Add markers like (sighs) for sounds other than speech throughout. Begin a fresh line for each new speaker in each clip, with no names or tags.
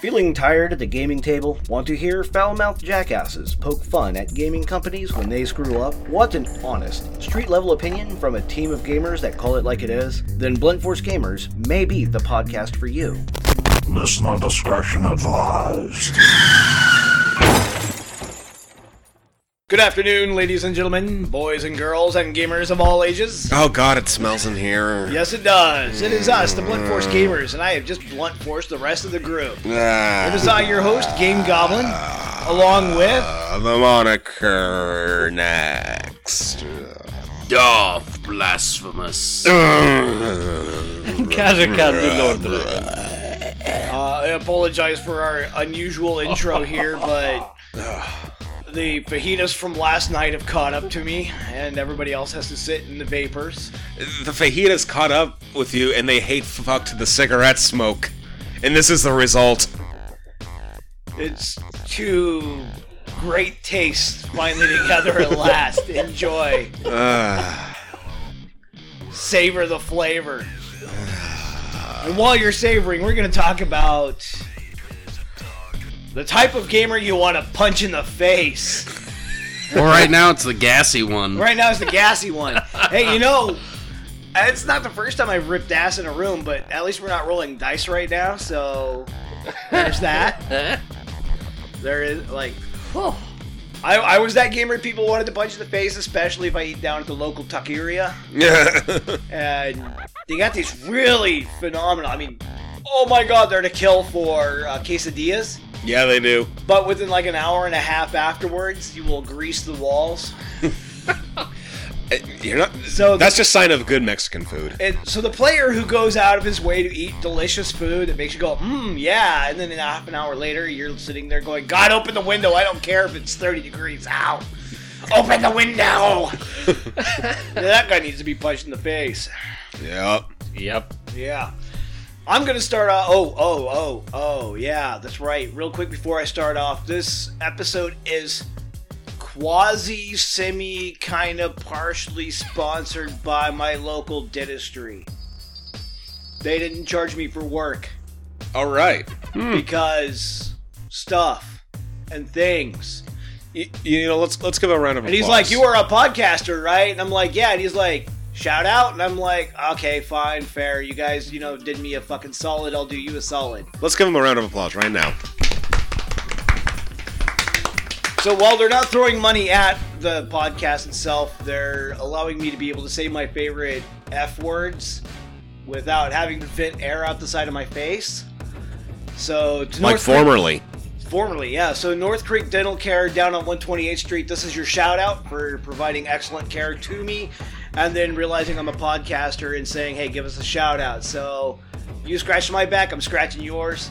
Feeling tired at the gaming table? Want to hear foul-mouthed jackasses poke fun at gaming companies when they screw up? Want an honest, street-level opinion from a team of gamers that call it like it is? Then Blunt Force Gamers may be the podcast for you.
Listener discretion advised.
Good afternoon, ladies and gentlemen, boys and girls, and gamers of all ages.
Oh god, it smells in here.
Yes, it does. It is us, the Blunt Force Gamers, and I have just blunt forced the rest of the group.
Ah,
It is I, your host, Game Goblin, along with
the moniker next.
Oh, blasphemous.
Uh, I apologize for our unusual intro here, but the fajitas from last night have caught up to me, and everybody else has to sit in the vapors.
The fajitas caught up with you and they hate fucked the cigarette smoke. And this is the result.
It's two great tastes finally together at last. Enjoy,
Ah,
savor the flavor. And while you're savoring, we're going to talk about the type of gamer you want to punch in the face.
well, right now it's the gassy one.
Right now is the gassy one. hey, you know, it's not the first time I've ripped ass in a room, but at least we're not rolling dice right now, so there's that. there is like I, I was that gamer people wanted to punch in the face, especially if I eat down at the local taqueria. And they got these really phenomenal. I mean, oh my god, they're to kill for uh, quesadillas.
yeah, they do.
But within like an hour and a half afterwards, you will grease the walls.
Uh, You're not.
So
that's just sign of good Mexican food.
And so the player who goes out of his way to eat delicious food that makes you go, mmm, yeah, and then in half an hour later, you're sitting there going, God, open the window. I don't care if it's 30 degrees out. Open the window. that guy needs to be punched in the face.
Yep.
Yep.
Yeah. I'm going to start off. Oh, oh, oh, oh, yeah, that's right. Real quick before I start off, this episode is quasi, semi, kind of partially sponsored by my local dentistry. They didn't charge me for work
All right.
because stuff and things.
You, you know, let's let's give a round of
And
applause.
he's like, You are a podcaster, right? And I'm like, Yeah. And he's like, Shout out. And I'm like, Okay, fine, fair. You guys, you know, did me a fucking solid. I'll do you a solid.
Let's give him a round of applause right now.
So while they're not throwing money at the podcast itself, they're allowing me to be able to say my favorite F words without having to vent air out the side of my face. So to
Like
North
formerly.
formerly, yeah. So North Creek Dental Care down on 128th Street. This is your shout out for providing excellent care to me, and then realizing I'm a podcaster and saying, "Hey, give us a shout out." So you scratch my back, I'm scratching yours.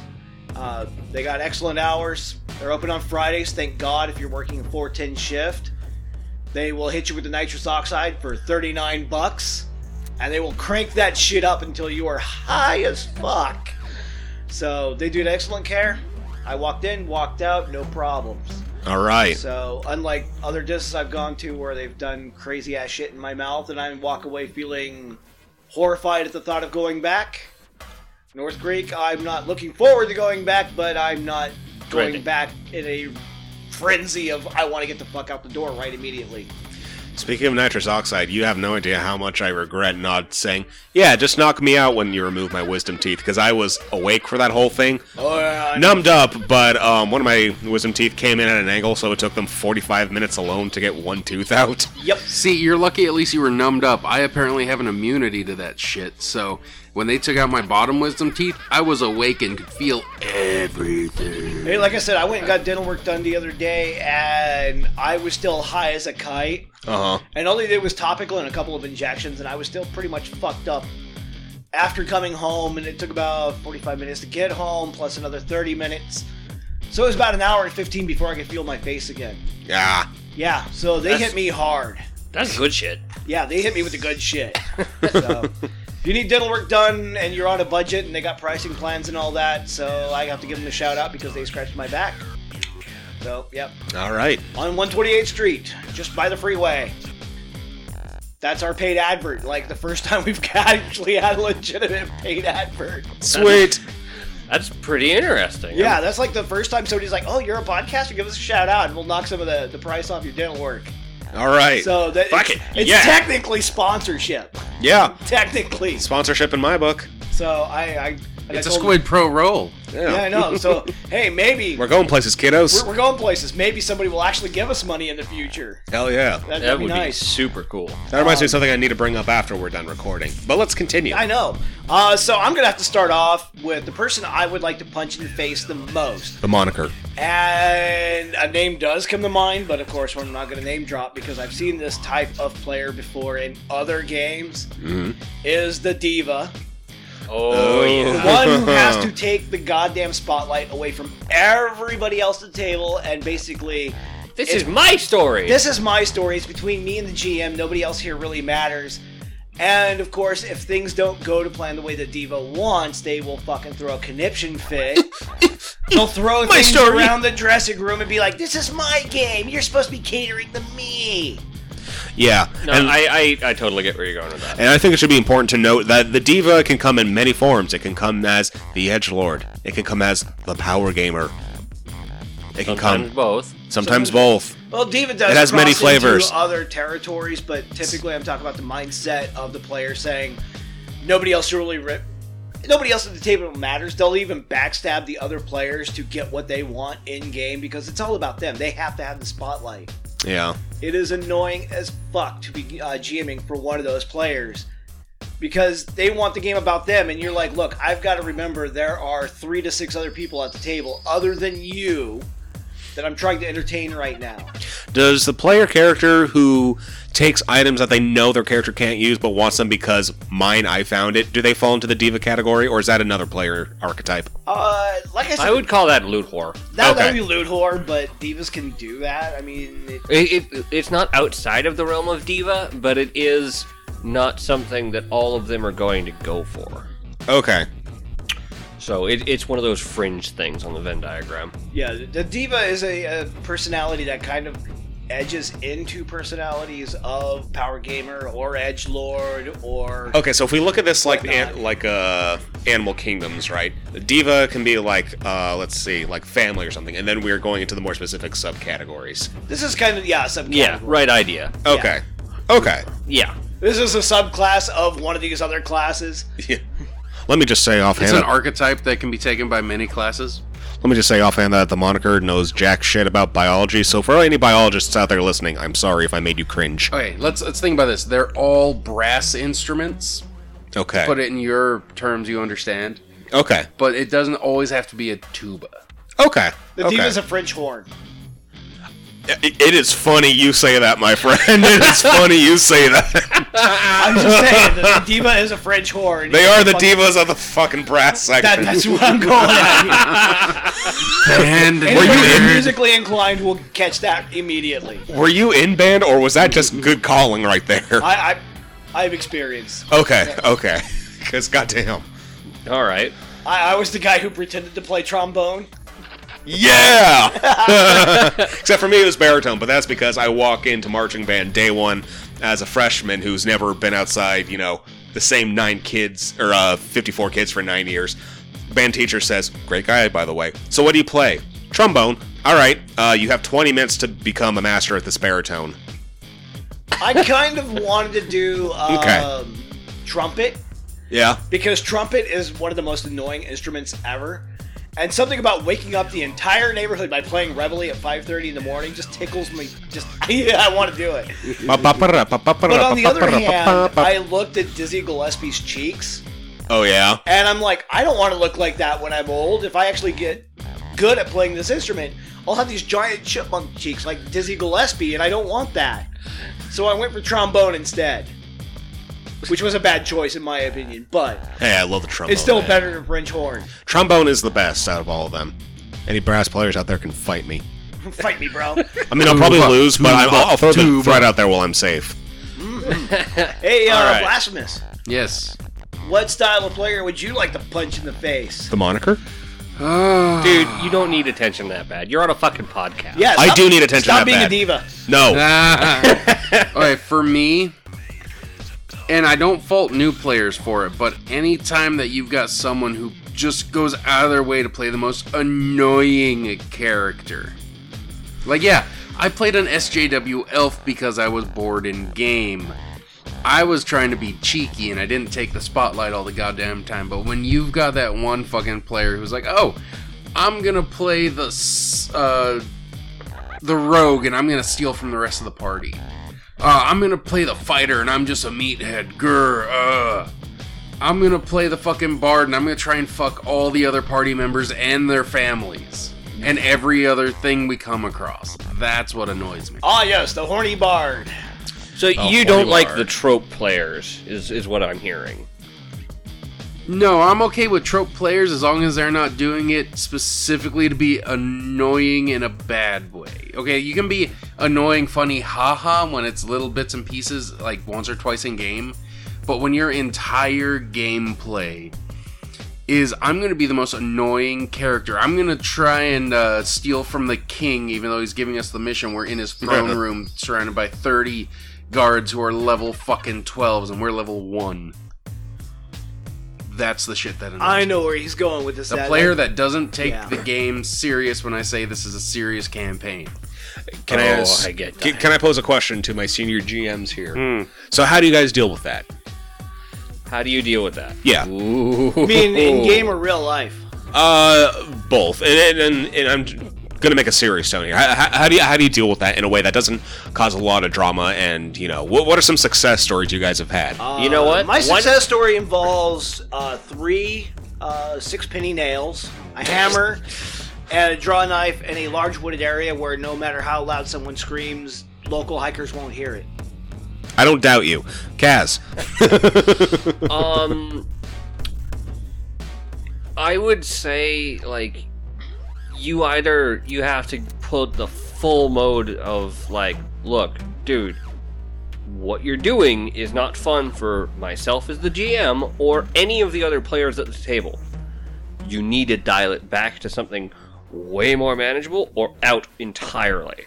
Uh, they got excellent hours. They're open on Fridays. Thank God if you're working a 410 shift. They will hit you with the nitrous oxide for 39 bucks, and they will crank that shit up until you are high as fuck. So they do an excellent care. I walked in, walked out, no problems.
All right.
So unlike other discs I've gone to where they've done crazy ass shit in my mouth and I walk away feeling horrified at the thought of going back. North Creek, I'm not looking forward to going back, but I'm not going
Dreading.
back in a frenzy of I want to get the fuck out the door right immediately.
Speaking of nitrous oxide, you have no idea how much I regret not saying, "Yeah, just knock me out when you remove my wisdom teeth," because I was awake for that whole thing,
Oh, yeah,
numbed up. But um, one of my wisdom teeth came in at an angle, so it took them 45 minutes alone to get one tooth out. (laughs)
Yep.
See, you're lucky at least you were numbed up. I apparently have an immunity to that shit, so when they took out my bottom wisdom teeth, I was awake and could feel everything.
Hey, like I said, I went and got dental work done the other day, and I was still high as a kite.
Uh huh.
And all they did was topical and a couple of injections, and I was still pretty much fucked up after coming home. And it took about 45 minutes to get home, plus another 30 minutes. So it was about an hour and 15 before I could feel my face again.
Yeah.
Yeah, so they
That's-
hit me hard.
That's good shit.
Yeah, they hit me with the good shit. So, if you need dental work done and you're on a budget and they got pricing plans and all that, so I have to give them a shout out because they scratched my back. So, yep.
All right.
On 128th Street, just by the freeway. That's our paid (laughs) advert. Like the first time we've actually had a legitimate paid advert.
Sweet.
That's pretty interesting.
Yeah, that's like the first time somebody's like, "Oh, you're a podcaster. Give us a shout out, and we'll knock some of the, the price off your dental work."
All right.
So that
Fuck
it's,
it.
it's
Yeah.
technically sponsorship.
yeah.
Technically,
Sponsorship in my book.
so I. I and I
It's a
told
squid pro roll.
Him, yeah, I know. So hey, maybe
We're
we're,
going places, kiddos.
we're going places. Maybe somebody will actually give us money in the future.
Hell yeah.
That,
That
that'd
would
be nice.
be super cool.
That reminds me of something I need to bring up after we're done recording. But let's continue.
I know. Uh, so I'm gonna have to start off with the person I would like to punch in the face the most,
The moniker.
and a name does come to mind, but of course I'm not gonna name drop because I've seen this type of player before in other games. Is the diva
Oh,
the
yeah.
one who has to take the goddamn spotlight away from everybody else at the table and basically
This is my story.
this is my story. It's between me and the GM. Nobody else here really matters. And of course, if things don't go to plan the way that Diva wants, they will fucking throw a conniption fit. They'll throw things
story.
around the dressing room and be like, "This is my game. You're supposed to be catering to me."
Yeah.
no,
and,
I, I, I totally get where you're going with that.
and I think it should be important to note that the diva can come in many forms. It can come as the edge lord. It can come as the power gamer. It can
Sometimes
come
both.
sometimes both.
Well, Diva does.
It has
cross
many
into
flavors.
other territories, but typically, I'm talking about the mindset of the player saying, "Nobody else really rip. Nobody else at the table matters." They'll even backstab the other players to get what they want in game because it's all about them. They have to have the spotlight.
Yeah.
It is annoying as fuck to be uh, GMing for one of those players because they want the game about them, and you're like, look, I've got to remember there are three to six other people at the table other than you that I'm trying to entertain right now.
Does the player character who takes items that they know their character can't use but wants them because mine I found it, do they fall into the diva category or is that another player archetype?
Uh, like I said,
I would call that loot whore.
that that
okay.
would be loot whore, but divas can do that. I mean, it,
It, it, it's not outside of the realm of diva, but it is not something that all of them are going to go for.
Okay.
So it, it's one of those fringe things on the Venn diagram.
yeah, the- the diva is a, a personality that kind of edges into personalities of power gamer or edge lord or
Okay, so if we look at this like
Whatnot.
an, like uh, Animal Kingdoms, right? The diva can be like uh, let's see, like family or something, and then we're going into the more specific subcategories.
this is kind of yeah subcategory.
Yeah, right idea.
Okay. Okay.
Yeah.
This is a subclass of one of these other classes.
(laughs) Let me just say offhand.
It's an
that-
archetype that can be taken by many classes.
let me just say offhand that the moniker knows jack shit about biology. So for any biologists out there listening, I'm sorry if I made you cringe.
Okay, let's let's think about this. They're all brass instruments.
Okay.
Put it in your terms, you understand.
okay.
But it doesn't always have to be a tuba.
Okay.
The
okay.
diva's a French horn.
It- it is funny you say that, my friend. (laughs) It
(laughs)
is funny you say that.
I'm just saying that the diva is a French horn.
They are the divas of the fucking brass
That,
section.
that's what I'm going at. Here.
And
Anybody who's
weird.
musically inclined will catch that immediately.
Were you in band or was that just good calling right there?
I, I I've experienced.
Okay,
(laughs)
okay. Because goddamn.
All right.
I, I was the guy who pretended to play trombone. (laughs)
Yeah! Except for me, it was baritone, but that's because I walk into marching band day one as a freshman who's never been outside, you know, the same nine kids, or uh, 54 kids for nine years. Band teacher says, Great guy, by the way. So what do you play? Trombone. All right, uh, you have 20 minutes to become a master at this baritone.
I kind of wanted to do um,
Okay.
trumpet
Yeah.
because trumpet is one of the most annoying instruments ever. And something about waking up the entire neighborhood by playing reveille at 5:30 in the morning just tickles me. Just (laughs) yeah, I want to do it. But on the other hand, I looked at Dizzy Gillespie's cheeks,
oh, yeah.
and I'm like, I don't want to look like that when I'm old. If I actually get good at playing this instrument, I'll have these giant chipmunk cheeks like Dizzy Gillespie, and I don't want that. So I went for trombone instead, which was a bad choice in my opinion, but
Hey, I love the trombone.
it's still
man.
better than French horn. (laughs)
Trombone is the best out of all of them. Any brass players out there can fight me.
Fight me,
(laughs)
bro.
I mean, I'll probably
Tuba,
lose, but I'm, I'll, I'll uh, throw the
tuba.
threat out there while I'm safe.
Hey, uh,
All right.
blasphemous.
Yes.
What style of player would you like to punch in the face?
The moniker?
Ah.
Dude, you don't need attention that bad. You're on a fucking podcast.
Yeah,
I
stop-
do need attention
Stop
that
being
bad.
a diva.
No.
(laughs) okay, for me, and I don't fault new players for it, but anytime that you've got someone who just goes out of their way to play the most annoying character. Like, yeah, I played an SJW elf because I was bored in game. I was trying to be cheeky and I didn't take the spotlight all the goddamn time, but when you've got that one fucking player who's like, oh, I'm gonna play the, s- uh, the rogue and I'm gonna steal from the rest of the party. Uh, I'm gonna play the fighter and I'm just a meathead. Grr, uh. I'm gonna play the fucking bard and I'm gonna try and fuck all the other party members and their families and every other thing we come across. That's what annoys me.
Ah, yes, the horny bard.
So
horny
you don't like
lard.
the trope players, is is what I'm hearing.
No, I'm okay with trope players as long as they're not doing it specifically to be annoying in a bad way. Okay, you can be annoying, funny, haha when it's little bits and pieces, like once or twice in game, but when your entire gameplay is I'm going to be the most annoying character. I'm going to try and uh, steal from the king, even though he's giving us the mission. We're in his throne room surrounded by 30 guards who are level fucking 12s, and we're level 1. That's the shit that annoys
I
me.
know where he's going with this.
A player that doesn't take
Yeah.
the game serious when I say this is a serious campaign.
Can I, Hmm.
Oh,
ask,
I get
can,
that.
can I pose a question to my senior GMs here? So how do you guys deal with that?
How do you deal with that?
Yeah.
Ooh.
I mean, in (laughs) game or real life.
Uh, both, and and, and I'm gonna make a serious tone here. How, how, how do you how do you deal with that in a way that doesn't cause a lot of drama? And you know, what what are some success stories you guys have had?
You know what?
Uh, My
One-
success story involves uh, three uh, six penny nails, a hammer, and a draw knife, and a large wooded area where no matter how loud someone screams, local hikers won't hear it.
I don't doubt you, Kaz.
um i would say like you either you have to put the full mode of like look dude what you're doing is not fun for myself as the gm or any of the other players at the table you need to dial it back to something way more manageable or out entirely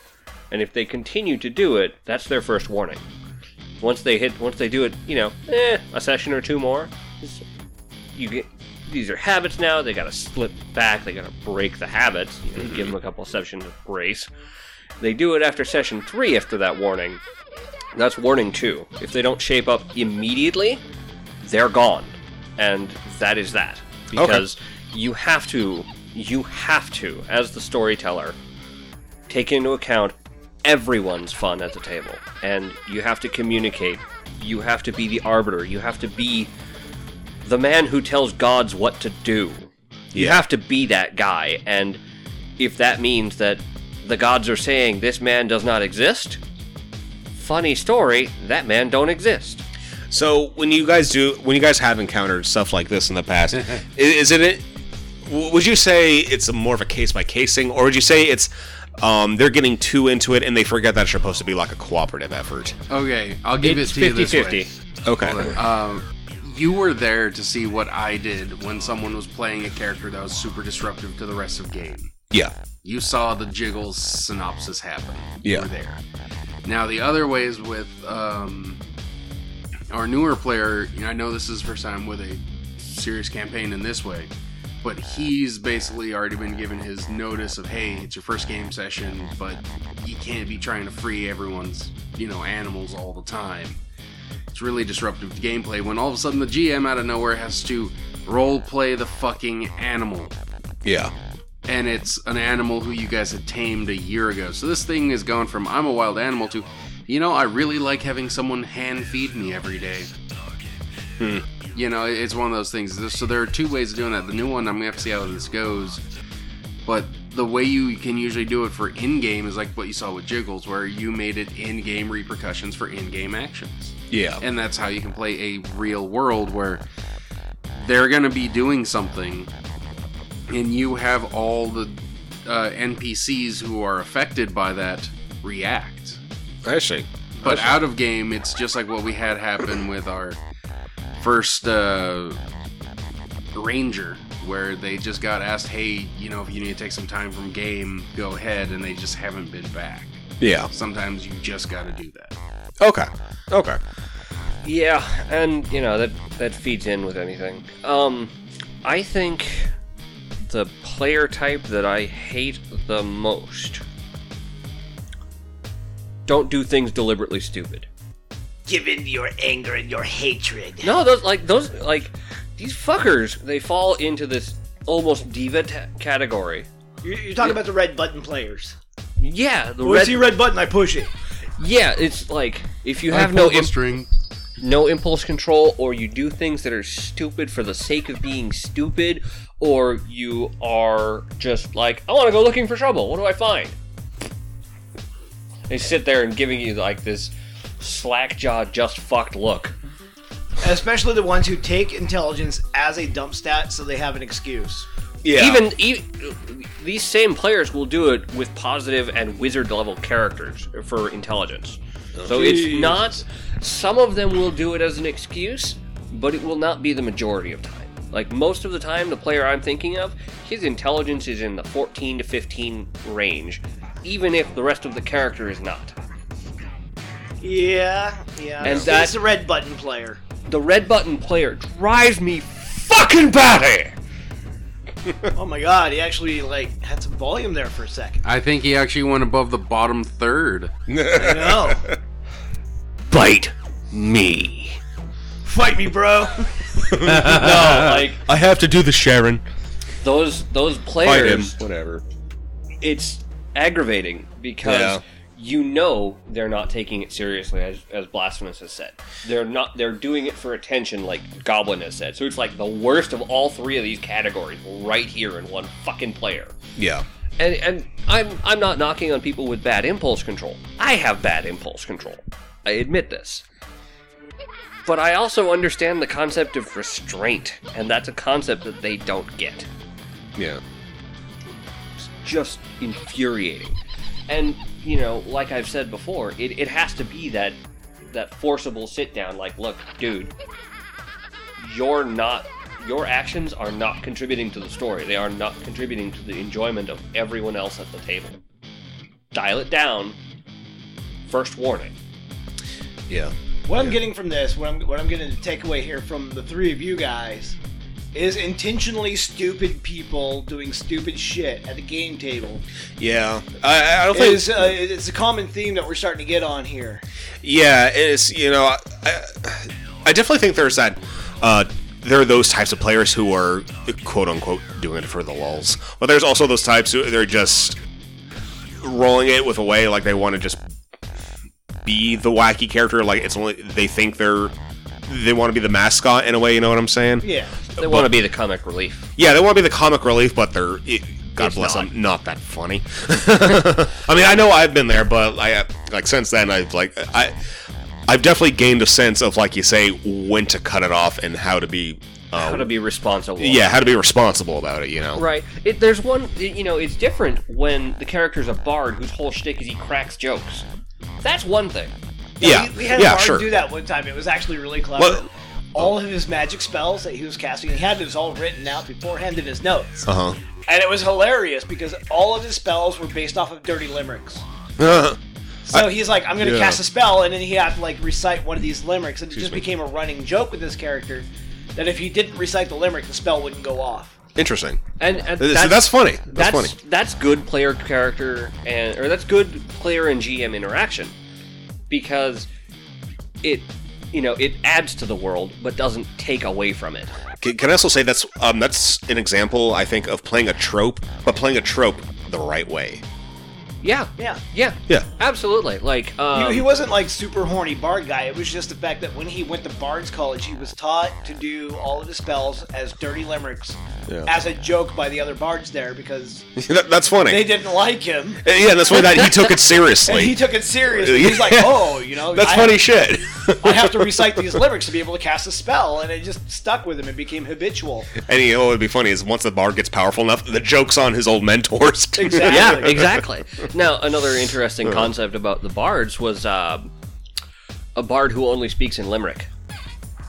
and if they continue to do it that's their first warning once they hit once they do it you know eh, a session or two more it's- you get these are habits now they gotta slip back they gotta break the habits you know, give them a couple of sessions of grace they do it after session three after that warning that's warning two if they don't shape up immediately they're gone and that is that because you have to you have to as the storyteller take into account everyone's fun at the table and you have to communicate you have to be the arbiter you have to be the man who tells gods what to do you
Yeah.
have to be that guy and if that means that the gods are saying this man does not exist funny story that man don't exist
So when you guys do, when you guys have encountered stuff like this in the past, i- is it? it w- would you say it's a more of a case by case thing, or would you say it's um, they're getting too into it and they forget that it's supposed to be like a cooperative effort?
Okay, I'll give
It's
it to you this
50-50.
way.
Okay.
Um, you were there to see what I did when someone was playing a character that was super disruptive to the rest of game.
Yeah.
You saw the jiggles synopsis happen.
Yeah.
You were there. Now the other ways with um, our newer player, you know, I know this is his first time with a serious campaign in this way, but he's basically already been given his notice of, hey, it's your first game session, but you can't be trying to free everyone's, you know, animals all the time. It's really disruptive to gameplay when all of a sudden the GM out of nowhere has to role play the fucking animal
Yeah.
and it's an animal who you guys had tamed a year ago. So this thing has gone from I'm a wild animal to, you know, I really like having someone hand feed me every day. You know, it's one of those things. So there are two ways of doing that. The new one, I'm gonna have to see how this goes. But the way you can usually do it for in-game is like what you saw with Jiggles, where you made it in-game repercussions for in-game actions
Yeah.
and that's how you can play a real world where they're going to be doing something and you have all the uh, npcs who are affected by that react
Actually.
but out of game it's just like what we had happen with our first uh, ranger where they just got asked hey you know if you need to take some time from game go ahead and they just haven't been back
Yeah.
sometimes you just got to do that
Okay. Okay.
Yeah, and you know that that feeds in with anything. Um, I think the player type that I hate the most don't do things deliberately stupid.
Give in to your anger and your hatred.
No, those like those like these fuckers. They fall into this almost diva t- category.
You're, you're talking about the red button players.
Yeah, the
When I
red.
see red button, I push it.
Yeah, it's like if you
I
have no
pulled the
imp-
string.
no impulse control, or you do things that are stupid for the sake of being stupid, or you are just like, I want to go looking for trouble. What do I find? They sit there and giving you like this slack jaw, just fucked look.
Especially the ones who take intelligence as a dump stat so they have an excuse.
Yeah.
Even, e these same players will do it with positive and wizard level characters for intelligence.
Oh,
So it's not. Some of them will do it as an excuse, but it will not be the majority of time. Like most of the time, the player I'm thinking of, his intelligence is in the 14 to 15 range, even if the rest of the character is not.
Yeah, yeah.
And
So
that-
it's the red button player.
The red button player drives me fucking batty.
Oh my god, he actually like had some volume there for a second.
I think he actually went above the bottom third.
I know.
Bite me.
Fight me,
(laughs)
bro.
No, like
I have to do the Sharon.
those those
Fight him.
players.
Whatever.
it's aggravating because
Yeah.
you know they're not taking it seriously as, as blasphemous has said they're not they're doing it for attention like goblin has said so it's like the worst of all three of these categories right here in one fucking player
Yeah.
and and i'm i'm not knocking on people with bad impulse control i have bad impulse control i admit this but i also understand the concept of restraint and that's a concept that they don't get
Yeah.
just infuriating. And you know, like I've said before, it, it has to be that that forcible sit down. Like, look, dude, you're not. Your actions are not contributing to the story. They are not contributing to the enjoyment of everyone else at the table. Dial it down. First warning.
Yeah.
What I'm getting from this, what I'm what I'm getting to take away here from the three of you guys, is intentionally stupid people doing stupid shit at the game table.
Yeah. I, I don't think.
Is uh, it's a common theme that we're starting to get on here.
Yeah, it's you know, I, I, I definitely think there's that. Uh, there are those types of players who are quote unquote doing it for the lulz, but there's also those types who they're just rolling it with a way like they want to just be the wacky character. Like it's only they think they're they want to be the mascot in a way. You know what I'm saying?
Yeah.
They want to be the comic relief.
Yeah, they want to be the comic relief, but they're it, God
It's
bless
not.
them, not that funny. (laughs) I mean, I know I've been there, but I uh, like since then I've like I I've definitely gained a sense of like you say when to cut it off and how to be uh,
How to be responsible.
yeah how to be responsible about it. You know.
Right. It, there's one, you know, it's different when the character's a bard whose whole shtick is he cracks jokes. That's one thing.
Yeah.
We, we had
yeah.
a bard
Sure.
do that one time. It was actually really clever.
Well-
all of his magic spells that he was casting, he had this all written out beforehand in his notes.
Uh
And it was hilarious because all of his spells were based off of dirty limericks.
huh.
So he's like, I'm going to
yeah.
cast a spell, and then he had to like recite one of these limericks, and it just
me.
became a running joke with this character that if he didn't recite the limerick, the spell wouldn't go off.
(laughs) Interesting.
And, and
That's,
that's,
so that's funny. That's,
that's
funny.
that's good player character and or that's good player and GM interaction because it you know it adds to the world but doesn't take away from it.
Can, can I also say that's um that's an example I think of playing a trope, but playing a trope the right way. (laughs)
Yeah,
Yeah.
yeah,
Yeah.
absolutely. Like
He-
um,
he wasn't like super horny bard guy. It was just the fact that when he went to Bard's College, he was taught to do all of his spells as dirty limericks
Yeah.
as a joke by the other bards there because
that, that's funny.
they didn't like him.
yeah, that's why that he took it seriously.
And he took it seriously. He's like,
Yeah.
oh, you know,
That's
I,
funny shit. (laughs)
I have to recite these lyrics to be able to cast a spell, and it just stuck with him. It became
(laughs)
habitual.
and you know what would be funny is once the bard gets powerful enough, the joke's on his old mentors.
(laughs)
Exactly.
(laughs) yeah, exactly. Now,
(laughs)
another
Uh-huh.
interesting concept about the bards was uh, a bard who only speaks in Limerick.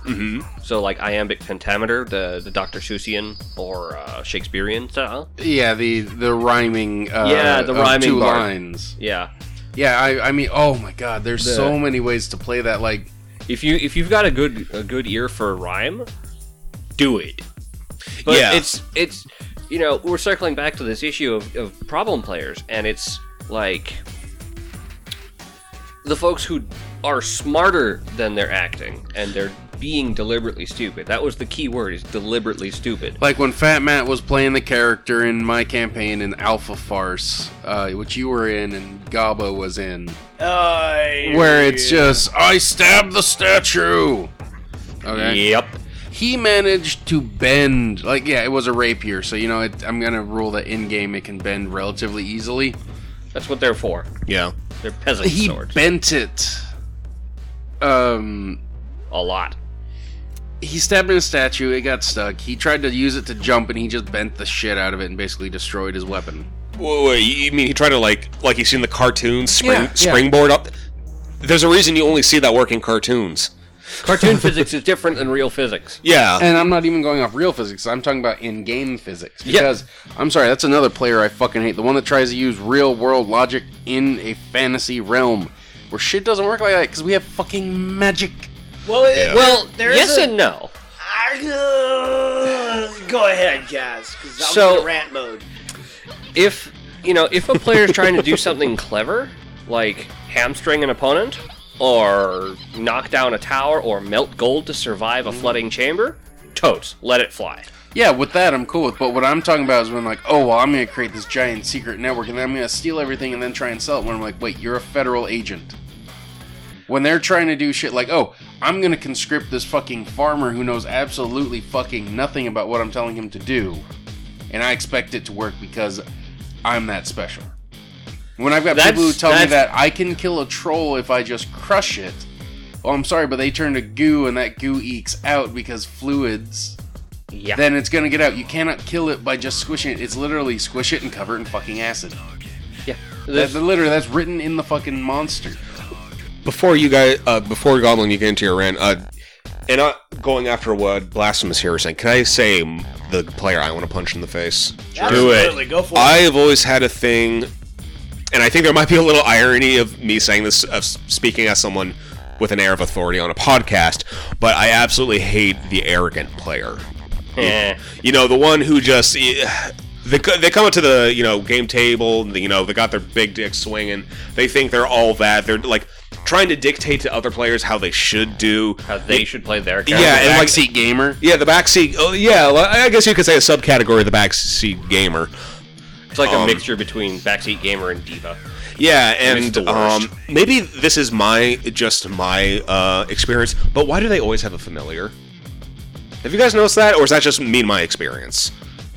Mm-hmm. So, like iambic pentameter, the the Dr. Seussian or uh, Shakespearean style.
Yeah, the the rhyming. Uh,
Yeah, the
of
rhyming
two
bar.
lines.
Yeah.
Yeah, I, I mean, oh my God, there's so many ways to play that. Like,
If you if you've got a good a good ear for rhyme, do it. But
Yeah.
it's it's you know we're circling back to this issue of, of problem players, and it's like the folks who are smarter than they're acting, and they're being deliberately stupid. That was the key word: is deliberately stupid.
Like when Fat Matt was playing the character in my campaign in Alpha Farce, uh, which you were in and Gaba was in,
Uh,
where it's just, I stabbed the statue! Okay.
Yep.
He managed to bend, like, yeah, it was a rapier, so, you know, it, I'm gonna rule that in game it can bend relatively easily.
That's what they're for.
Yeah.
They're peasant
He
swords.
bent it. Um,
a lot.
he stabbed in a statue, it got stuck. He tried to use it to jump, and he just bent the shit out of it and basically destroyed his weapon.
Wait, wait, you you mean he tried to like like you see in the cartoons spring,
Yeah, yeah.
springboard up? There's a reason you only see that work in cartoons.
Cartoon (laughs) physics is different than real physics.
Yeah.
And I'm not even going off real physics. I'm talking about in-game physics because I'm sorry, that's another player I fucking hate. The one that tries to use real-world logic in a fantasy realm where shit doesn't work like that because we have fucking magic.
well, it-
Yeah.
Well,
There is
yes
a-
and no.
I- uh, go ahead, guys, because I'm
So-
in rant mode.
If you know, if a player is trying to (laughs) do something clever, like hamstring an opponent, or knock down a tower, or melt gold to survive a flooding chamber, totes, let it fly.
Yeah, with that I'm cool with. But what I'm talking about is when like, oh well, I'm gonna create this giant secret network and then I'm gonna steal everything and then try and sell it. When I'm like, wait, you're a federal agent. When they're trying to do shit like, oh, I'm gonna conscript this fucking farmer who knows absolutely fucking nothing about what I'm telling him to do, and I expect it to work because I'm that special. When I've got people who
That's-
tell me
that's-
that I can kill a troll if I just crush it, oh, I'm sorry, but they turn to goo and that goo ekes out because fluids
Yeah.
then it's gonna get out. You cannot kill it by just squishing it. It's literally squish it and cover it in fucking acid.
yeah.
That,
There's-
literally, that's written in the fucking monster.
before you guys, uh, before Goblin, you get into your rant, uh, and not going after what Blasphemous here is saying, can I say m- the player I want to punch in the face?
Absolutely, go for
I
it.
have always had a thing, and I think there might be a little irony of me saying this, of s- speaking as someone with an air of authority on a podcast, but I absolutely hate the arrogant player.
Eh.
You know, the one who just eh, they, co- they come up to the you know game table, and, you know they got their big dick swinging. They think they're all that. They're like trying to dictate to other players how they should do.
how they should play their character.
Yeah, and like
Backseat gamer.
yeah, the backseat. Oh, yeah, well, I guess you could say a subcategory of the backseat gamer.
it's like a
um,
mixture between backseat gamer and diva.
Yeah,
it's
and
the worst.
um, maybe this is my just my uh, experience, but why do they always have a familiar? Have you guys noticed that, or is that just me and my experience?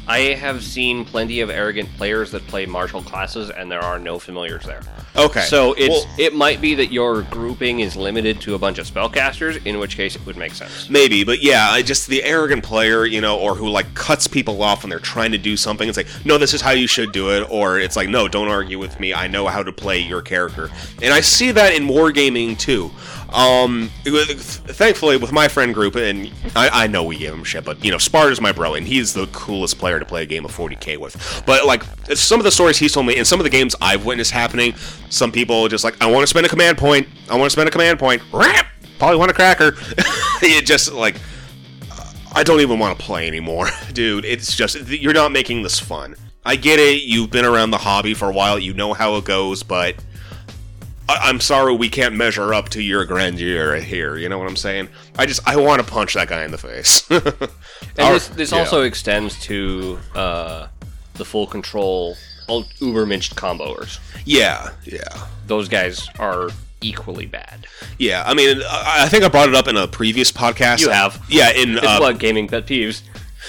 I have seen plenty of arrogant players that play martial classes, and there are no familiars there.
Okay,
So it's
well,
it might be that your grouping is limited to a bunch of spellcasters, in which case it would make sense.
maybe, but yeah, I just the arrogant player, you know, or who like cuts people off when they're trying to do something. It's like, no, this is how you should do it, or it's like, no, don't argue with me. I know how to play your character, and I see that in wargaming too. Um, it was- thankfully, with my friend group, and I, I know we give him shit, but you know, Sparta's my bro, and he's the coolest player to play a game of 40k with. But like some of the stories he's told me, and some of the games I've witnessed happening, some people just like, I want to spend a command point. I want to spend a command point. Rap. Probably want a cracker. (laughs) it just like I don't even want to play anymore, (laughs) dude. It's just you're not making this fun. I get it. You've been around the hobby for a while. You know how it goes, but I- I'm sorry we can't measure up to your grandeur here. You know what I'm saying? I just I want to punch that guy in the face. (laughs)
And
Our-
this, this
yeah.
also extends to uh, the full control ult- uberminched comboers.
yeah, yeah.
Those guys are equally bad.
Yeah, I mean, I I think I brought it up in a previous podcast.
You have.
yeah, in
It's
uh,
what gaming pet peeves.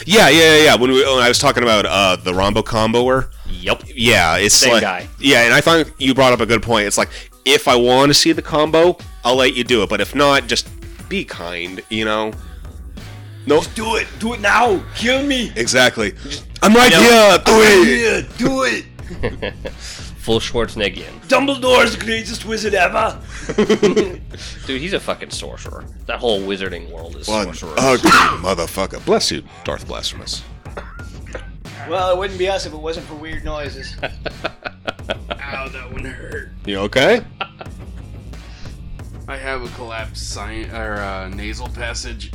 yeah, yeah, yeah. When, we, when I was talking about uh, the Rombo comboer,
Yep.
Yeah, it's
Same
like,
guy.
Yeah, and I thought you brought up a good point. It's like if I want to see the combo, I'll let you do it, but if not, just be kind. You know. No,
do it. Do it now. Kill me.
exactly. I'm right here. Do it.
Yeah, Uh, do it.
Full Schwarzeneggian.
Dumbledore's the greatest wizard ever.
Dude, he's a fucking sorcerer. That whole wizarding world is
One
sorcerers.
ugly motherfucker. Bless you, Darth Blasphemous.
Well, it wouldn't be us if it wasn't for weird noises.
Ow, that one hurt.
You okay?
I have a collapsed sign or uh, nasal passage.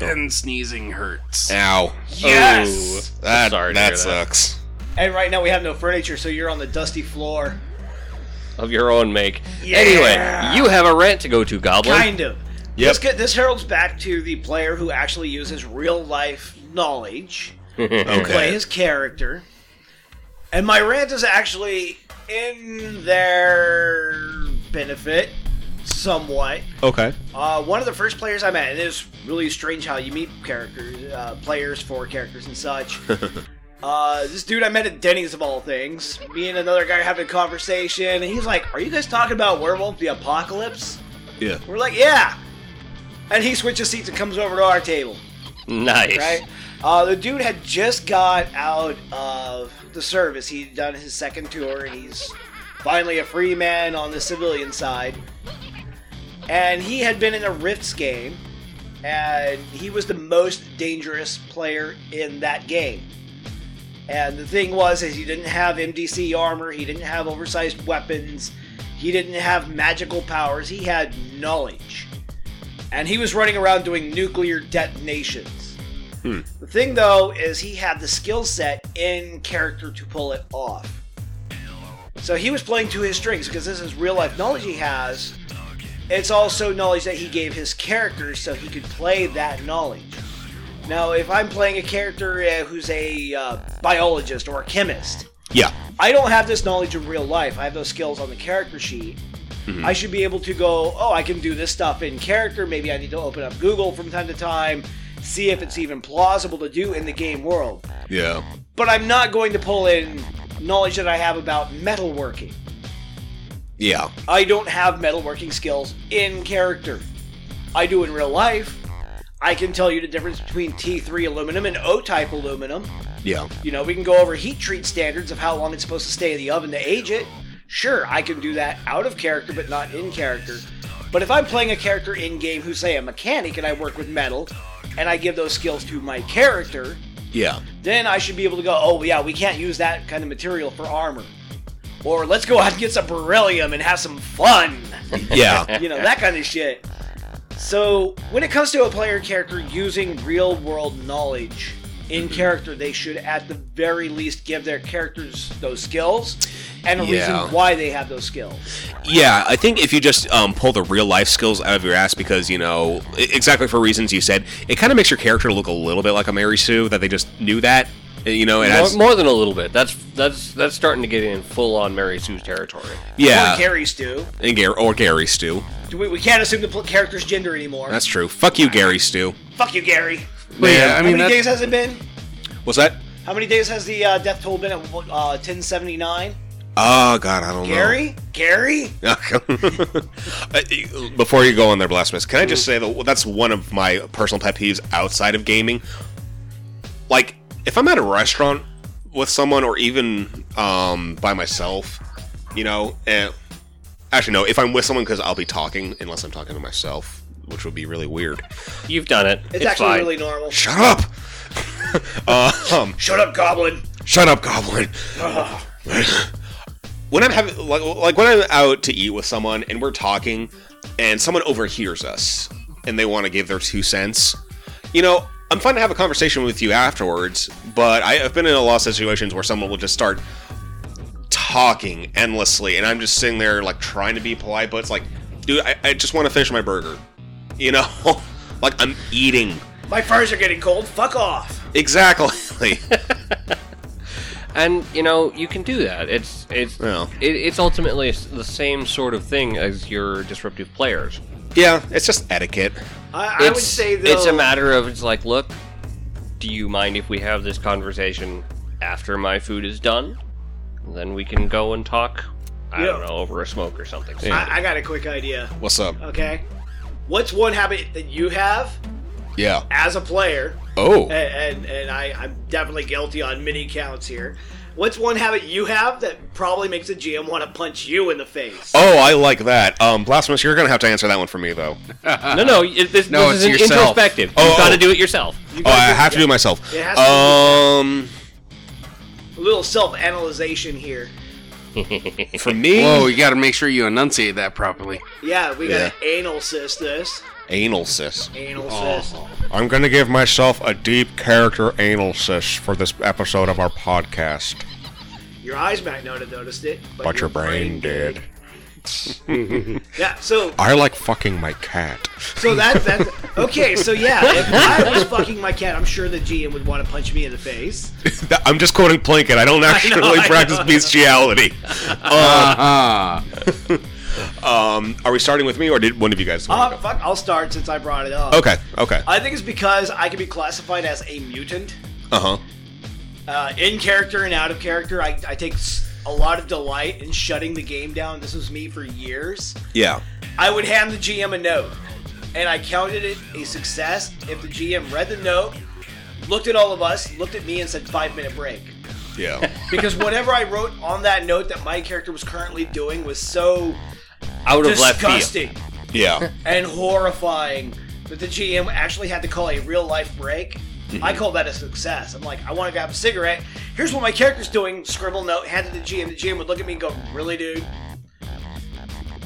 and sneezing hurts.
Ow.
Yes!
Ooh, that
Sorry to
that
hear that.
sucks.
And right now we have no furniture, so you're on the dusty floor.
of your own make.
Yeah.
Anyway, you have a rant to go to, Goblin.
Kind of.
Yep.
Let's get this heralds back to the player who actually uses real life knowledge to play
Okay.
his character. And my rant is actually in their benefit, somewhat.
Okay.
Uh, one of the first players I met, and it was really strange how you meet characters, uh, players for characters and such. uh, this dude I met at Denny's of all things. Me and another guy having a conversation, and he's like, "Are you guys talking about Werewolf the Apocalypse?"
Yeah.
We're like, "Yeah." And he switches seats and comes over to our table.
Nice.
Right? Uh, the dude had just got out of the service. He'd done his second tour, and he's finally a free man on the civilian side. And he had been in a Rifts game, and he was the most dangerous player in that game. And the thing was, is he didn't have MDC armor, he didn't have oversized weapons, he didn't have magical powers. He had knowledge, and he was running around doing nuclear detonations. The thing though is he had the skill set in character to pull it off. So he was playing to his strengths because this is real life knowledge he has. It's also knowledge that he gave his character so he could play that knowledge. Now, if I'm playing a character uh, who's a uh, biologist or a chemist,
Yeah.
I don't have this knowledge in real life. I have those skills on the character sheet. I should be able to go, oh, I can do this stuff in character. Maybe I need to open up Google from time to time, see if it's even plausible to do in the game world.
Yeah.
But I'm not going to pull in knowledge that I have about metalworking.
Yeah.
I don't have metalworking skills in character. I do in real life. I can tell you the difference between T3 aluminum and O type aluminum.
Yeah.
You know, we can go over heat treat standards of how long it's supposed to stay in the oven to age it. Sure, I can do that out of character, but not in character. But if I'm playing a character in game who's, say, a mechanic and I work with metal, and I give those skills to my character,
Yeah.
then I should be able to go, oh, yeah, we can't use that kind of material for armor. Or let's go out and get some beryllium and have some fun.
Yeah.
You know, that kind of shit. So, when it comes to a player character using real world knowledge in character, they should at the very least give their characters those skills and a
Yeah.
reason why they have those skills.
Yeah, I think if you just um, pull the real life skills out of your ass, because you know e- exactly for reasons you said, it kind of makes your character look a little bit like a Mary Sue that they just knew that. eh, You know, and
More,
as,
more than a little bit. That's that's that's starting to get in full on Mary Sue's territory.
Or
yeah,
Gary's do.
and Gar- or Gary Stu.
Do We, we can't assume the pl- character's gender anymore.
That's true. Fuck you, Gary Stu.
Fuck you, Gary.
But yeah, I
How
mean,
many
that's,
days has it been?
What's that?
How many days has the uh, death toll been at uh, 1079?
Oh God, I don't
Gary? Gary?
know. (laughs) Gary. Uh, Before you go on there, Blasphemous, can I just say that that's one of my personal pet peeves outside of gaming. Like, if I'm at a restaurant with someone, or even um, by myself, you know, and actually no, if I'm with someone because I'll be talking unless I'm talking to myself, which would be really weird.
You've done it.
It's, actually
fine.
really normal.
Shut up. um,
Shut up, Goblin.
Shut up, goblin. (laughs) when I'm having like, like when I'm out to eat with someone and we're talking and someone overhears us and they want to give their two cents, you know, I'm fine to have a conversation with you afterwards, but I, I've been in a lot of situations where someone will just start talking endlessly and I'm just sitting there like trying to be polite, but it's like, dude, I, I just want to finish my burger. You know? (laughs) like I'm eating.
My furs are getting cold. Fuck off.
Exactly. (laughs)
And you know you can do that. It's it's
Well.
it, it's ultimately s- the same sort of thing as your disruptive players.
yeah, it's just etiquette.
I, I would
It's-
say though,
it's a matter of it's like, look, do you mind if we have this conversation after my food is done? Then we can go and talk. I don't
Yeah.
know over a smoke or something.
I, I got a quick idea.
What's up?
Okay, what's one habit that you have
Yeah.
as a player?
Oh.
And and, and I, I'm definitely guilty on many counts here. What's one habit you have that probably makes a GM want to punch you in the face?
Oh, I like that. Um, Blasphemous, you're gonna have to answer that one for me though.
no, no, it, this,
No,
this
it's
is an
yourself.
introspective.
Oh,
You've got
oh.
to do it yourself.
You
Oh,
gotta
I
do-
have to do it
yeah,
myself.
It has to be-
Um,
a little self-analyzation here.
for me,
whoa, you got to make sure you enunciate that properly.
Yeah, we gotta anal cyst this.
Anal cyst.
Anal
Oh.
cyst.
I'm gonna give myself a deep character anal cyst for this episode of our podcast,
Your eyes might not have noticed it, but,
but your brain did.
Yeah. So
I like fucking my cat. (laughs)
so that that okay. So yeah, if I was fucking my cat, I'm sure the GM would want to punch me in the face.
That- I'm just quoting Plinkett. I don't
(laughs)
actually
I
practice
know. (laughs)
bestiality.
Ah,
(laughs) Um, are we starting with me, or did one of you guys? wanna
Uh,
go?
fuck, I'll start since I brought it up.
Okay. Okay.
I think it's because I can be classified as a mutant,
Uh huh.
uh, in character and out of character. I, I take s- a lot of delight in shutting the game down. This was me for years.
Yeah.
I would hand the GM a note, and I counted it a success if the GM read the note, looked at all of us, looked at me, and said five minute break. (laughs)
Yeah.
Because whatever I wrote on that note that my character was currently doing was so
Out of left field.
disgusting
Yeah.
and horrifying that the GM actually had to call a real life break. I call that a success. I'm like, I want to grab a cigarette. Here's what my character's doing. Scribble note, hand it to the GM. The GM would look at me and go, Really, dude?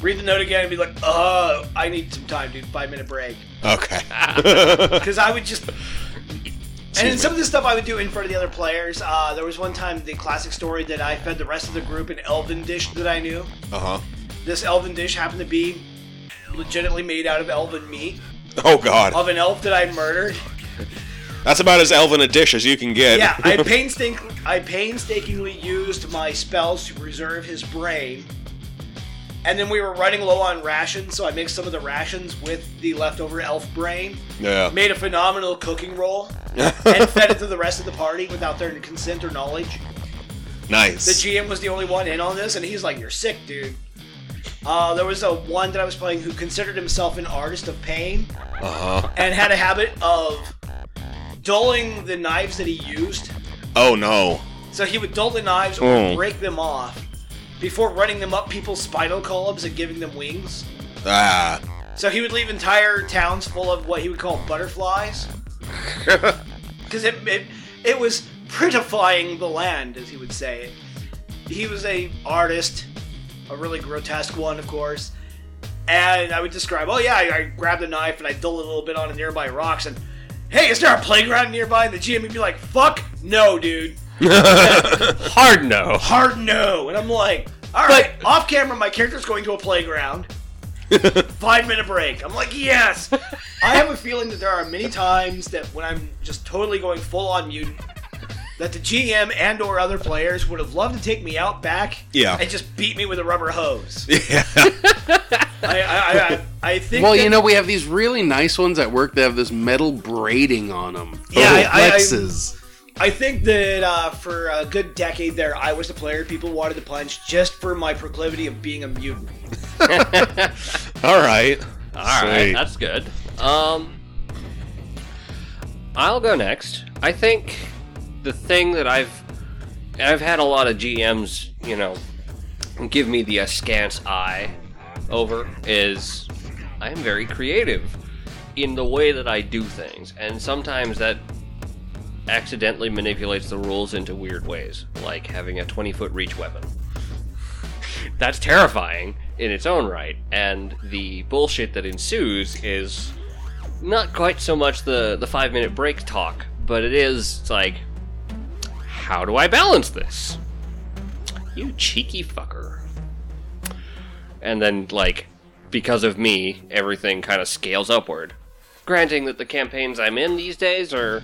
Read the note again and be like, Oh, I need some time, dude. Five minute break.
Okay. (laughs)
Because I would just. And then some of the stuff I would do in front of the other players. Uh, there was one time the classic story that I fed the rest of the group an elven dish that I knew.
Uh huh.
This elven dish happened to be legitimately made out of elven meat
Oh God.
of an elf that I murdered.
That's about as elven a dish as you can get.
Yeah, I painstakingly, I painstakingly used my spells to preserve his brain. And then we were running low on rations, so I mixed some of the rations with the leftover elf brain.
(laughs) yeah. (laughs)
Made a phenomenal cooking roll and fed it to the rest of the party without their consent or knowledge. The
Nice.
GM was the only one in on this, and he's like, "You're sick, dude." Uh, there was a one that I was playing who considered himself an artist of pain and had a habit of dulling the knives that he used.
oh no.
So he would dull the knives or
Mm.
break them off before running them up people's spinal columns and giving them wings.
Ah. (laughs)
So he would leave entire towns full of what he would call butterflies, because it, it it was prettifying the land, as he would say it. He was a artist, a really grotesque one, of course. And I would describe, oh yeah, I, I grabbed a knife and I dulled a little bit on a nearby rocks, and hey, is there a playground nearby? And the GM would be like, fuck, no, dude,
Hard no.
hard no. And I'm like, all right, off camera, my character's going to a playground. Five minute break. I'm like, yes. I have a feeling that there are many times that when I'm just totally going full on mutant, that the GM and or other players would have loved to take me out back
Yeah.
and just beat me with a rubber hose.
Yeah.
I, I, I, I think.
well,
that-
you know, we have these really nice ones at work that have this metal braiding on them.
Yeah, I- I- I-
Lexes.
I think that uh, for a good decade there, I was the player people wanted to punch just for my proclivity of being a mutant.
All right. All
All right, that's good. Um, I'll go next. I think the thing that I've and I've had a lot of GMs, you know, give me the askance eye over is I am very creative in the way that I do things, and sometimes that accidentally manipulates the rules into weird ways, like having a 20 foot reach weapon that's terrifying in its own right and the bullshit that ensues is not quite so much the the 5 minute break talk but it is it's like how do i balance this you cheeky fucker and then like because of me everything kind of scales upward granting that the campaigns i'm in these days are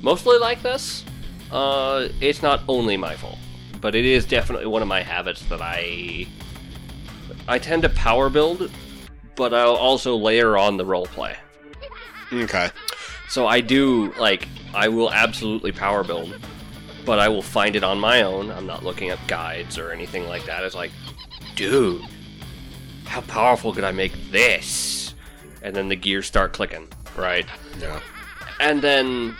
mostly like this uh it's not only my fault but it is definitely one of my habits that I I tend to power build, but I'll also layer on the role play.
Okay.
So I do like I will absolutely power build, but I will find it on my own. I'm not looking up guides or anything like that. It's like, dude, how powerful could I make this? And then the gears start clicking, right?
Yeah.
and then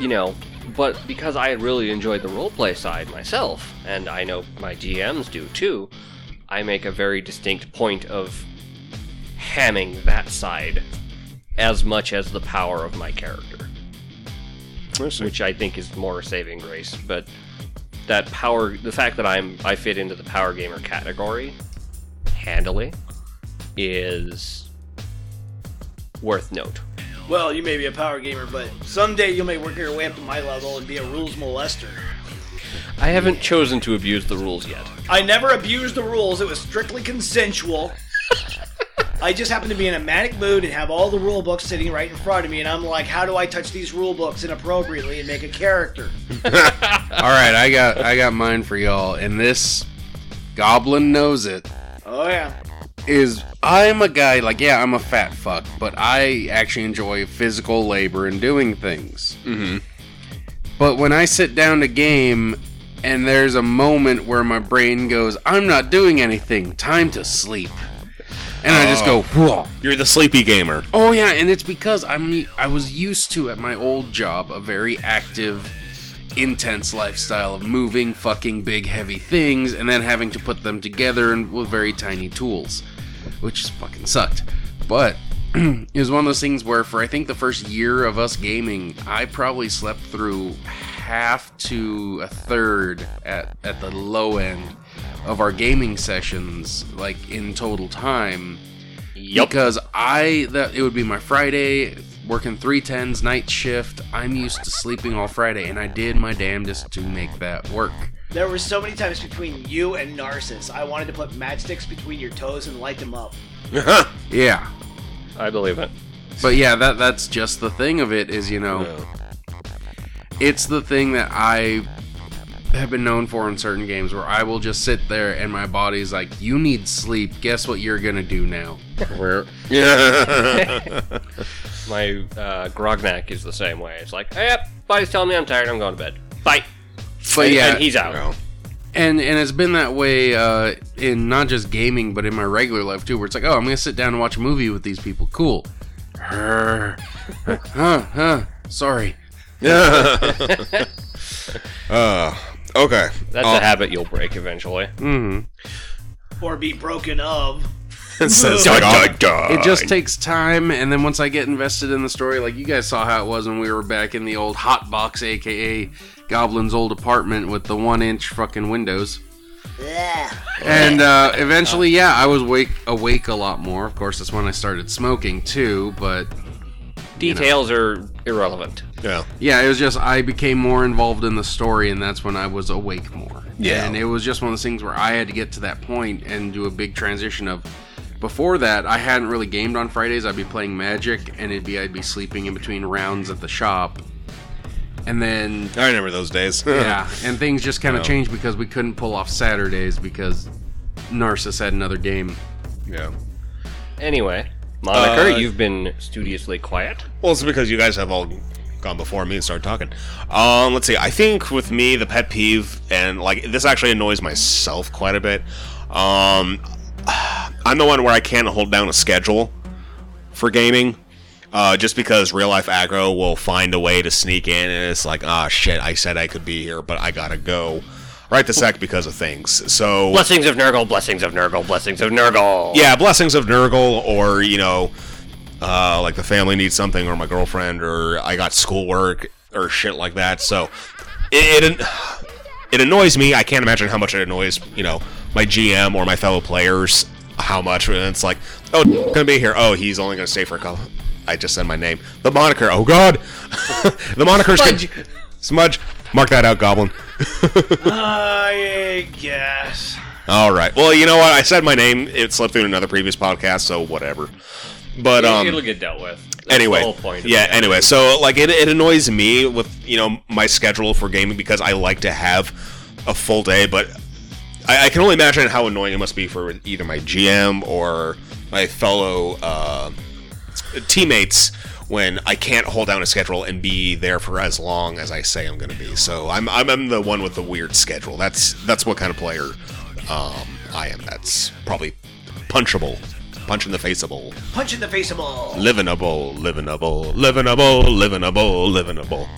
you know but because i really enjoyed the roleplay side myself and i know my gms do too i make a very distinct point of hamming that side as much as the power of my character which i think is more saving grace but that power the fact that i'm i fit into the power gamer category handily is worth note.
Well, you may be a power gamer, but someday you may work your way up to my level and be a rules molester.
I haven't chosen to abuse the rules yet.
I never abused the rules. It was strictly consensual. I just happened to be in a manic mood and have all the rule books sitting right in front of me, and I'm like, how do I touch these rule books inappropriately and make a character?
All right, I got I got mine for y'all, and this goblin knows it.
Oh yeah,
Is I'm a guy like yeah, I'm a fat fuck, but I actually enjoy physical labor and doing things. Mm-hmm. But when I sit down to game, and there's a moment where my brain goes, "I'm not doing anything. Time to sleep," and I just go, "Whoa."
You're the sleepy (laughs) gamer.
Oh yeah, and it's because I'm I was used to at my old job a very active, intense lifestyle of moving fucking big heavy things and then having to put them together and with very tiny tools, which fucking sucked. But (clears throat) it was one of those things where for I think the first year of us gaming, I probably slept through half to a third at at the low end of our gaming sessions like in total time because I that it would be my Friday working three tens night shift. I'm used to sleeping all Friday, and I did my damnedest to make that work.
there were so many times between you and Narcissus, I wanted to put matchsticks between your toes and light them up.
Yeah,
I believe it.
but yeah, that that's just the thing of it is you know, it's the thing that I have been known for in certain games where I will just sit there and my body's like, you need sleep. Guess what you're gonna do now? Where
My uh, Grognak is the same way. It's like, yep, body's telling me I'm tired. I'm going to bed. Bye.
but
And-
yeah,
and he's out.
and and it's been that way uh, in not just gaming but in my regular life too where it's like oh i'm gonna sit down and watch a movie with these people cool huh huh sorry
(laughs) Uh, okay. Uh,
That's
Oh.
a habit you'll break eventually.
hmm
Or be broken of.
(laughs) Says like, "Oh, God."
it just takes time and then once i get invested in the story like you guys saw how it was when we were back in the old hot box aka goblin's old apartment with the one inch fucking windows
Yeah.
and uh, eventually, yeah, I was wake awake a lot more. Of course, that's when I started smoking too. But
Details are irrelevant.
Yeah.
Yeah, it was just I became more involved in the story, and that's when I was awake more.
Yeah.
and it was just one of those things where I had to get to that point and do a big transition of. Before that, I hadn't really gamed on Fridays. I'd be playing Magic, and it'd be I'd be sleeping in between rounds at the shop, and then
(laughs) I remember those days.
yeah, and things just kind of
Yeah.
changed because we couldn't pull off Saturdays because Narcissus had another game.
yeah.
Anyway, Moniker,
Uh,
you've been studiously quiet.
Well, it's because you guys have all gone before me and started talking. Um, let's see. I think with me, the pet peeve, and like this actually annoys myself quite a bit. Um, I'm the one where I can't hold down a schedule for gaming. Uh, just because real life aggro will find a way to sneak in, and it's like, ah, shit, I said I could be here, but I gotta go right the sec because of things. So
Blessings of Nurgle, blessings of Nurgle, blessings of Nurgle.
yeah, blessings of Nurgle, or you know, uh, like the family needs something, or my girlfriend, or I got schoolwork, or shit like that. So it it, (sighs) it annoys me. I can't imagine how much it annoys you know my GM or my fellow players. How much? And it's like, oh, (laughs) gonna be here. Oh, he's only gonna stay for a couple. I just said my name. The moniker. Oh God, (laughs) the moniker's smudge. smudge. Mark that out, Goblin.
I guess.
All right. Well, you know what? I said my name. It slipped through another previous podcast, so whatever. But um,
It'll get dealt with. That's
anyway,
the whole point. of
yeah.
it.
Anyway, so like it, it annoys me with you know my schedule for gaming because I like to have a full day, but I, I can only imagine how annoying it must be for either my GM or my fellow uh, teammates when I can't hold down a schedule and be there for as long as I say I'm going to be. So I'm, I'm I'm the one with the weird schedule. That's that's what kind of player um, I am. That's probably punchable, punch in the faceable.
Punch in the face of all.
Livinable, livinable, livinable, livinable, livinable.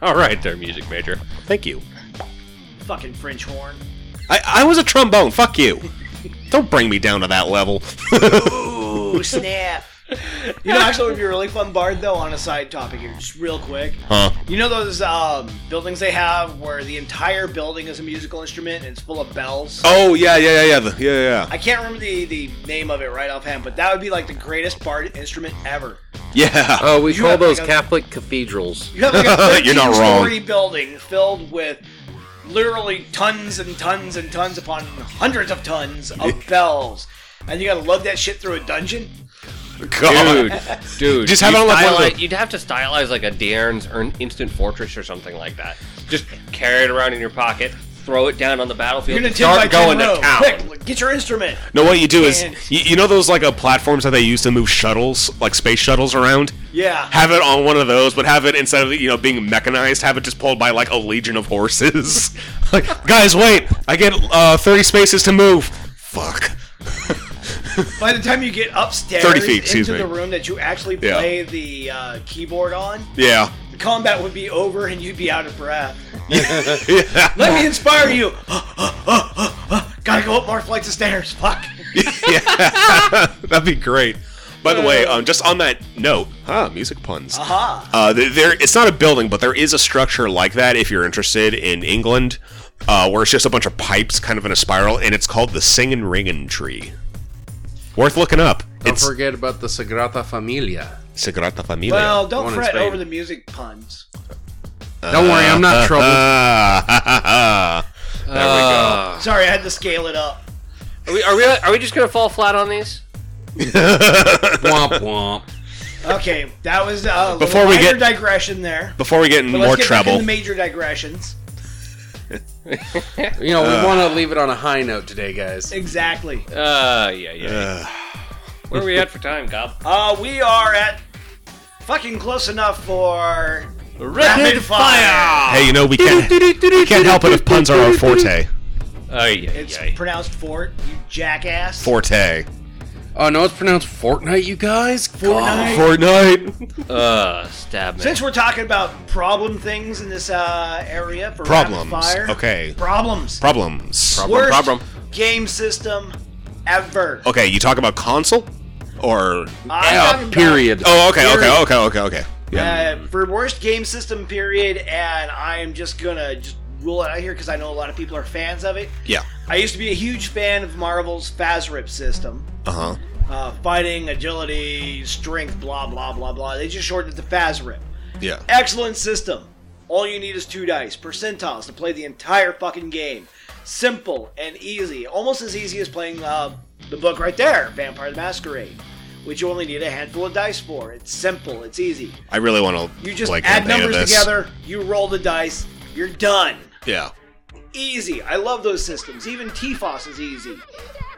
All right, there, music major.
Thank you.
Fucking French horn.
I, I was a trombone. Fuck you. Don't bring me down to that level.
Ooh, snap. (laughs) You know, actually, it would be a really fun bard though. On a side topic here, just real quick.
(laughs) Huh?
You know those um, buildings they have where the entire building is a musical instrument and it's full of bells.
Oh yeah, yeah, yeah, yeah, the, yeah, yeah,
I can't remember the, the name of it right offhand, but that would be like the greatest bard instrument ever.
yeah.
Oh, we
You
call
have,
those
like, a-
Catholic cathedrals.
You have like a
(laughs) You're not wrong.
story building filled with literally tons and tons and tons upon hundreds of tons
(laughs)
of bells. And you gotta lug that shit through a dungeon?
(laughs) God.
dude, dude.
Oh. Just have it
you
on, like, one of
stylize-
the-
You'd have to stylize like a Dearn's or an instant fortress or something like that. Just carry it around in your pocket, throw it down on the battlefield,
You're gonna
and start going to town.
Quick, get your instrument.
No, what you do is
Man.
you, you know those like uh, platforms that they use to move shuttles, like space shuttles around.
Yeah.
Have it on one of those, but have it instead of you know being mechanized, have it just pulled by like a legion of horses. (laughs) like, guys, wait! I get uh, thirty spaces to move. Fuck.
By the time you get upstairs
30 feet,
into
excuse
the
me.
room that you actually
Yeah.
play the uh, keyboard on,
Yeah.
the combat would be over and you'd be out of breath.
(laughs)
(laughs) Let me inspire you. (gasps) Gotta go up more flights of stairs.
(laughs)
Fuck.
yeah, (laughs) that'd be great. By the way, um, just on that note, huh, music puns.
Aha.
Uh, th- there, it's not a building, but there is a structure like that if you're interested in England, uh, where it's just a bunch of pipes kind of in a spiral, and it's called the Singin' Ringin' Tree. Worth looking up.
Don't
it's
forget about the Sagrada Familia.
Sagrada Familia.
Well,
the
don't
one in
fret
Spain.
over the music puns.
Don't worry,
(laughs)
I'm not troubled.
Ah, there Uh.
Sorry, I had to scale it up.
Are we, are we are we just gonna fall flat on these?
womp womp.
Okay, that was uh, a
Before
before
we
we minor
get-
digression there.
we go. (laughs) Before we get in
But
more
let's get back
trouble,
into major digressions.
You know, we want to leave it on a high note today, guys.
Exactly.
Uh, yeah, yeah. Where are we at for time, Gob?
Uh, we are at fucking close enough for rapid fire.
hey, you know we can't we can't help it if puns are our forte.
Oh yeah,
It's pronounced fort. You jackass.
Forte.
Oh no, it's pronounced Fortnite, you guys. Fortnite.
Fortnite.
Uh, stab me.
Since we're talking about problem things in this uh, area for
Problems,
rapid fire,
okay.
Problems.
Problems.
Worst
problem.
game system ever.
Okay, you talk about console or
I'm talking about-
Period.
oh, okay, okay,
Period.
okay, okay, okay. Yeah.
Uh, for worst game system period, and I am just gonna just rule it out here because I know a lot of people are fans of it.
Yeah.
I used to be a huge fan of Marvel's Fazrip system,
Uh huh.
uh, fighting, agility, strength, blah blah blah blah. They just shortened it to Fazrip.
Yeah.
Excellent system. All you need is two dice, percentiles, to play the entire fucking game. Simple and easy. Almost as easy as playing uh, the book right there, Vampire the Masquerade, which you only need a handful of dice for. It's simple, it's easy.
I really want to
You just
like
add
a beta
numbers
this.
together, you roll the dice, you're done.
Yeah.
Easy. I love those systems. Even TFOS is easy.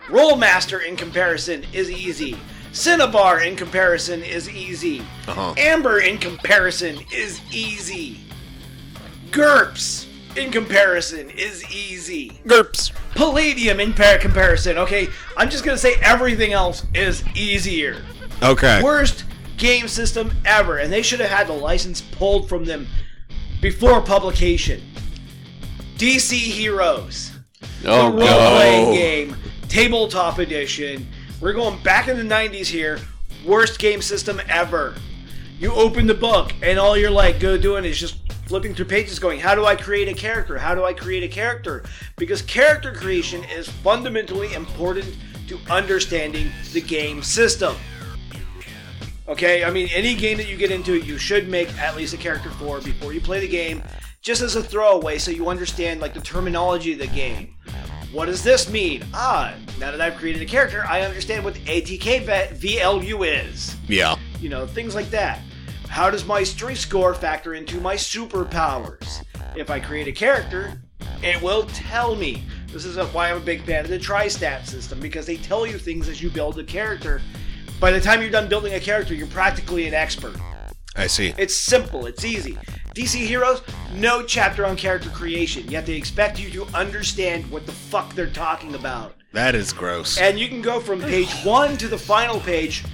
Rollmaster in comparison is easy. Cinnabar in comparison is easy.
Uh-huh.
Amber in comparison is easy. GURPS in comparison is easy.
Gerps.
Palladium in par- comparison, okay? I'm just gonna say everything else is easier
Okay.
worst game system ever, and they should have had the license pulled from them before publication. DC Heroes,
Oh
the role-playing
no.
game, tabletop edition. We're going back in the '90s here. Worst game system ever. You open the book, and all you're like go doing is just flipping through pages, going, "How do I create a character? How do I create a character?" Because character creation is fundamentally important to understanding the game system. Okay, I mean, any game that you get into, you should make at least a character for before you play the game, just as a throwaway, so you understand like the terminology of the game. What does this mean? Ah, now that I've created a character, I understand what ATK v- VLU is.
Yeah.
You know, things like that. How does my strength score factor into my superpowers? If I create a character, it will tell me. This is why I'm a big fan of the tri-stat system because they tell you things as you build a character. By the time you're done building a character, you're practically an expert.
I see.
It's simple, it's easy. DC Heroes, no chapter on character creation, yet they expect you to understand what the fuck they're talking about.
That is gross.
And you can go from page one to the final page,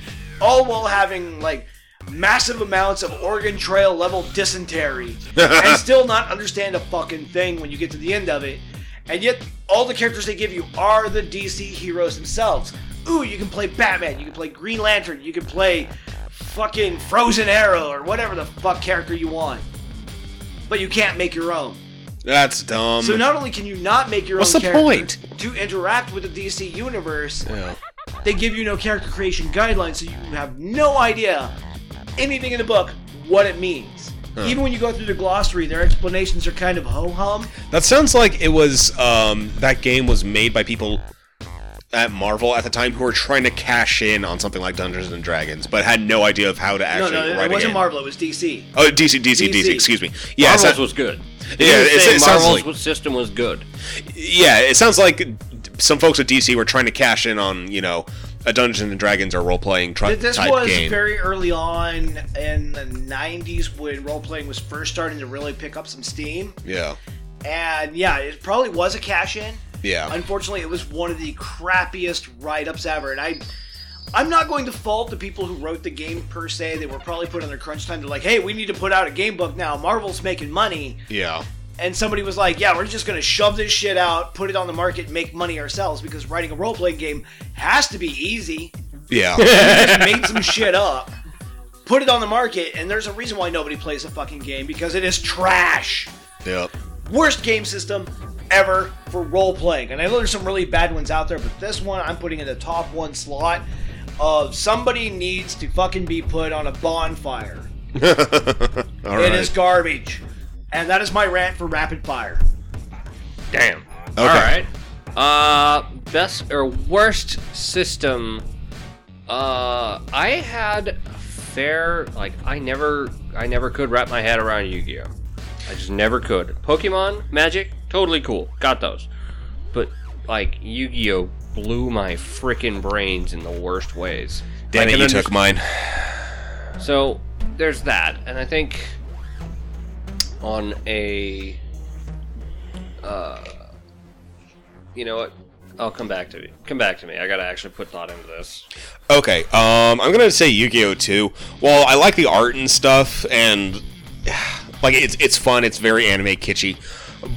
all while having like massive amounts of Oregon Trail level dysentery and still not understand a fucking thing when you get to the end of it. And yet, all the characters they give you are the DC heroes themselves. Ooh, you can play Batman, you can play Green Lantern, you can play fucking Frozen Arrow or whatever the fuck character you want. But you can't make your own.
That's dumb.
So not only can you not make your
What's
own
the
character to interact with the DC universe,
Yeah.
they give you no character creation guidelines, so you have no idea anything in the book what it means. Even when you go through the glossary, their explanations are kind of ho hum.
That sounds like it was um, that game was made by people at Marvel at the time who were trying to cash in on something like Dungeons and Dragons, but had no idea of how to
No,
actually
no,
write
it
a
wasn't
game.
Marvel; it was DC.
Oh, DC, DC, DC.
DC.
Excuse me. Yeah, it
Marvel's
sounds-
was good.
Yeah,
You
it's-
say
it sounds
Marvel's system was good.
yeah. It sounds like d- some folks at DC were trying to cash in on you know a Dungeons and Dragons or role playing tr-
Th- This
type
was
game.
very early on in the '90s when role playing was first starting to really pick up some steam,
yeah,
and yeah, it probably was a cash in.
yeah.
Unfortunately, it was one of the crappiest write-ups ever, and I, I'm not going to fault the people who wrote the game per se. They were probably put on their crunch time. They're like, "Hey, we need to put out a game book now. Marvel's making money,"
yeah.
and somebody was like, "Yeah, we're just going to shove this shit out, put it on the market, and make money ourselves because writing a role-playing game has to be easy."
Yeah.
just made some shit up, put it on the market, and there's a reason why nobody plays the fucking game because it is trash.
Yeah.
Worst game system ever for role playing. And I know there's some really bad ones out there, but this one I'm putting in the top one slot of somebody needs to fucking be put on a bonfire.
All
It
right.
is garbage. And that is my rant for rapid fire.
Damn.
Okay.
All right. Uh, best or worst system. Uh, I had a fair like I never I never could wrap my head around Yu-Gi-Oh. I just never could. Pokemon, Magic, totally cool. Got those. But like Yu-Gi-Oh blew my freaking brains in the worst ways.
Damn
Like,
it!
an
You
under-
took mine.
so there's that, and I think on a, uh, you know what? I'll come back to me. Come back to me. I gotta actually put thought into this.
Okay, um, I'm gonna say Yu-Gi-Oh! 2. Well, I like the art and stuff, and like it's it's fun. It's very anime kitschy,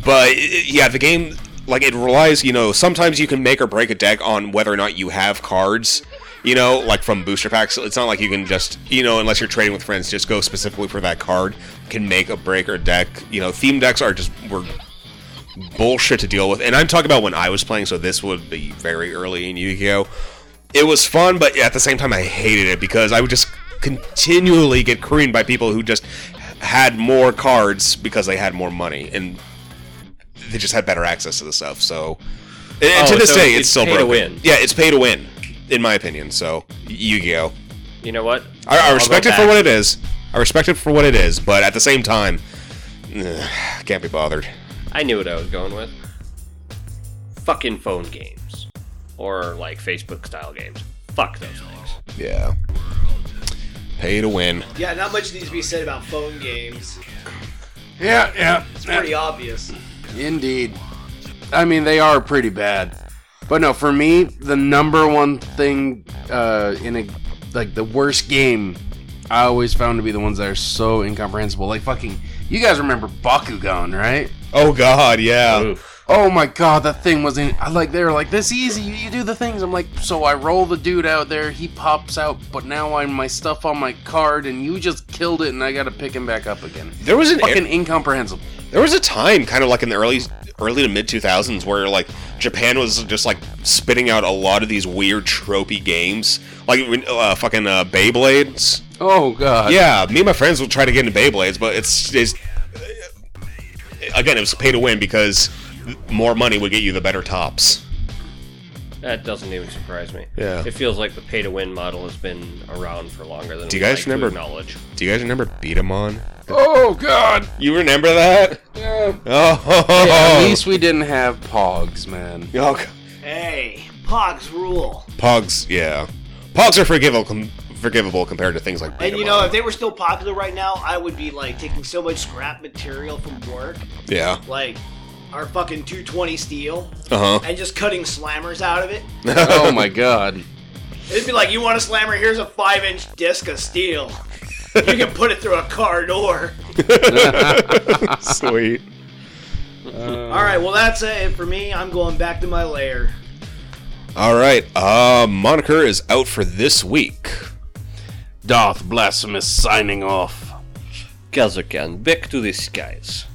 but i- yeah, the game like it relies. You know, sometimes you can make or break a deck on whether or not you have cards. You know, like from booster packs, it's not like you can just you know unless you're trading with friends, just go specifically for that card. Can make a break or deck. You know, theme decks are just were bullshit to deal with. And I'm talking about when I was playing, so this would be very early in Yu-Gi-Oh. It was fun, but at the same time, I hated it because I would just continually get creamed by people who just had more cards because they had more money and they just had better access to the stuff. So and
Oh,
to this
so
day,
it's
it's, still
pay to
broken.
win.
Yeah, it's pay to win, in my opinion. So Yu-Gi-Oh.
You know what?
I, I
I'll
respect
go
it for
back.
what it is. I respect it for what it is, but at the same time, ugh, can't be bothered.
I knew what I was going with. Fucking phone games, or like Facebook style games. Fuck those things.
Yeah. Pay to win.
Yeah, not much needs to be said about phone games.
Yeah, yeah.
It's pretty obvious.
Indeed. I mean, they are pretty bad. But no, for me, the number one thing uh, in a like the worst game I always found to be the ones that are so incomprehensible. Like fucking, you guys remember Bakugan, right?
Oh God, yeah.
Oh my god, that thing was in. I like they were like this easy. You, you do the things. I'm like, so I roll the dude out there. He pops out, but now I'm my stuff on my card, and you just killed it, and I got to pick him back up again.
There was an
Fucking incomprehensible.
there was a time, kind of like in the early early to mid two thousands, where like Japan was just like spitting out a lot of these weird tropey games, like when, uh, fucking uh, Beyblades.
Oh god.
Yeah, me and my friends will try to get into Beyblades, but it's, it's uh, again it was pay to win because more money would get you the better tops.
That doesn't even surprise me.
Yeah.
It feels like the pay to win model has been around for longer than
Do
we
you guys
like to
remember-
acknowledge.
Do you guys remember Beat 'em on?
Oh god.
You remember that? (laughs)
Yeah.
Oh,
At least we didn't have pogs, (laughs) man.
oh God.
Hey, Pogs rule.
Pogs, yeah. Pogs are forgivable com- forgivable compared to things like
And you
Beatemon.
know, if they were still popular right now, I would be like taking so much scrap material from work,
yeah.
like our fucking 220 steel, (laughs)
Uh huh.
and just cutting slammers out of it.
oh my god.
It'd be like, you want a slammer? Here's a five inch disc of steel. You can put it through a car door.
Sweet.
All right, well, that's it for me. I'm going back to my lair.
All right. Uh, moniker is out for this week.
Darth Blasphemous signing off.
Kazakan, back to the skies.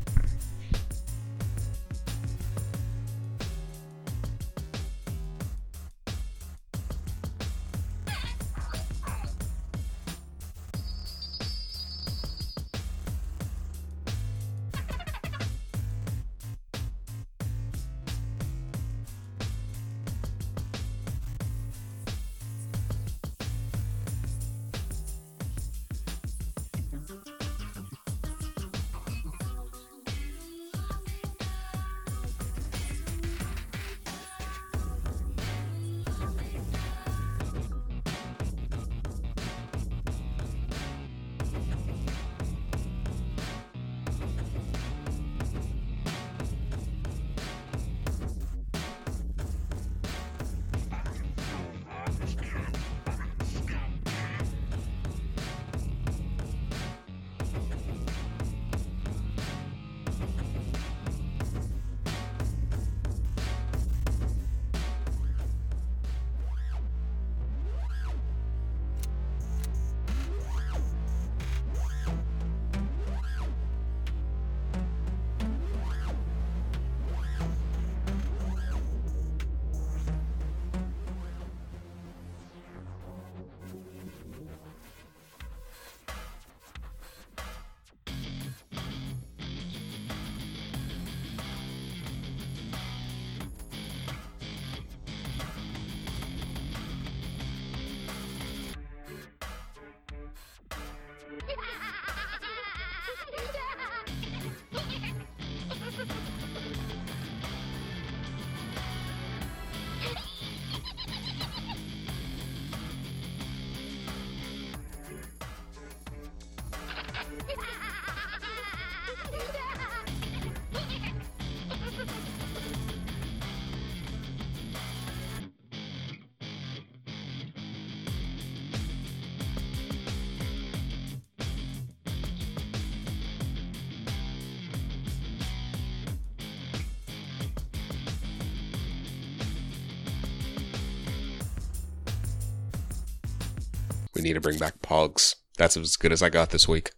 We need to bring back Pogs. That's as good as I got this week.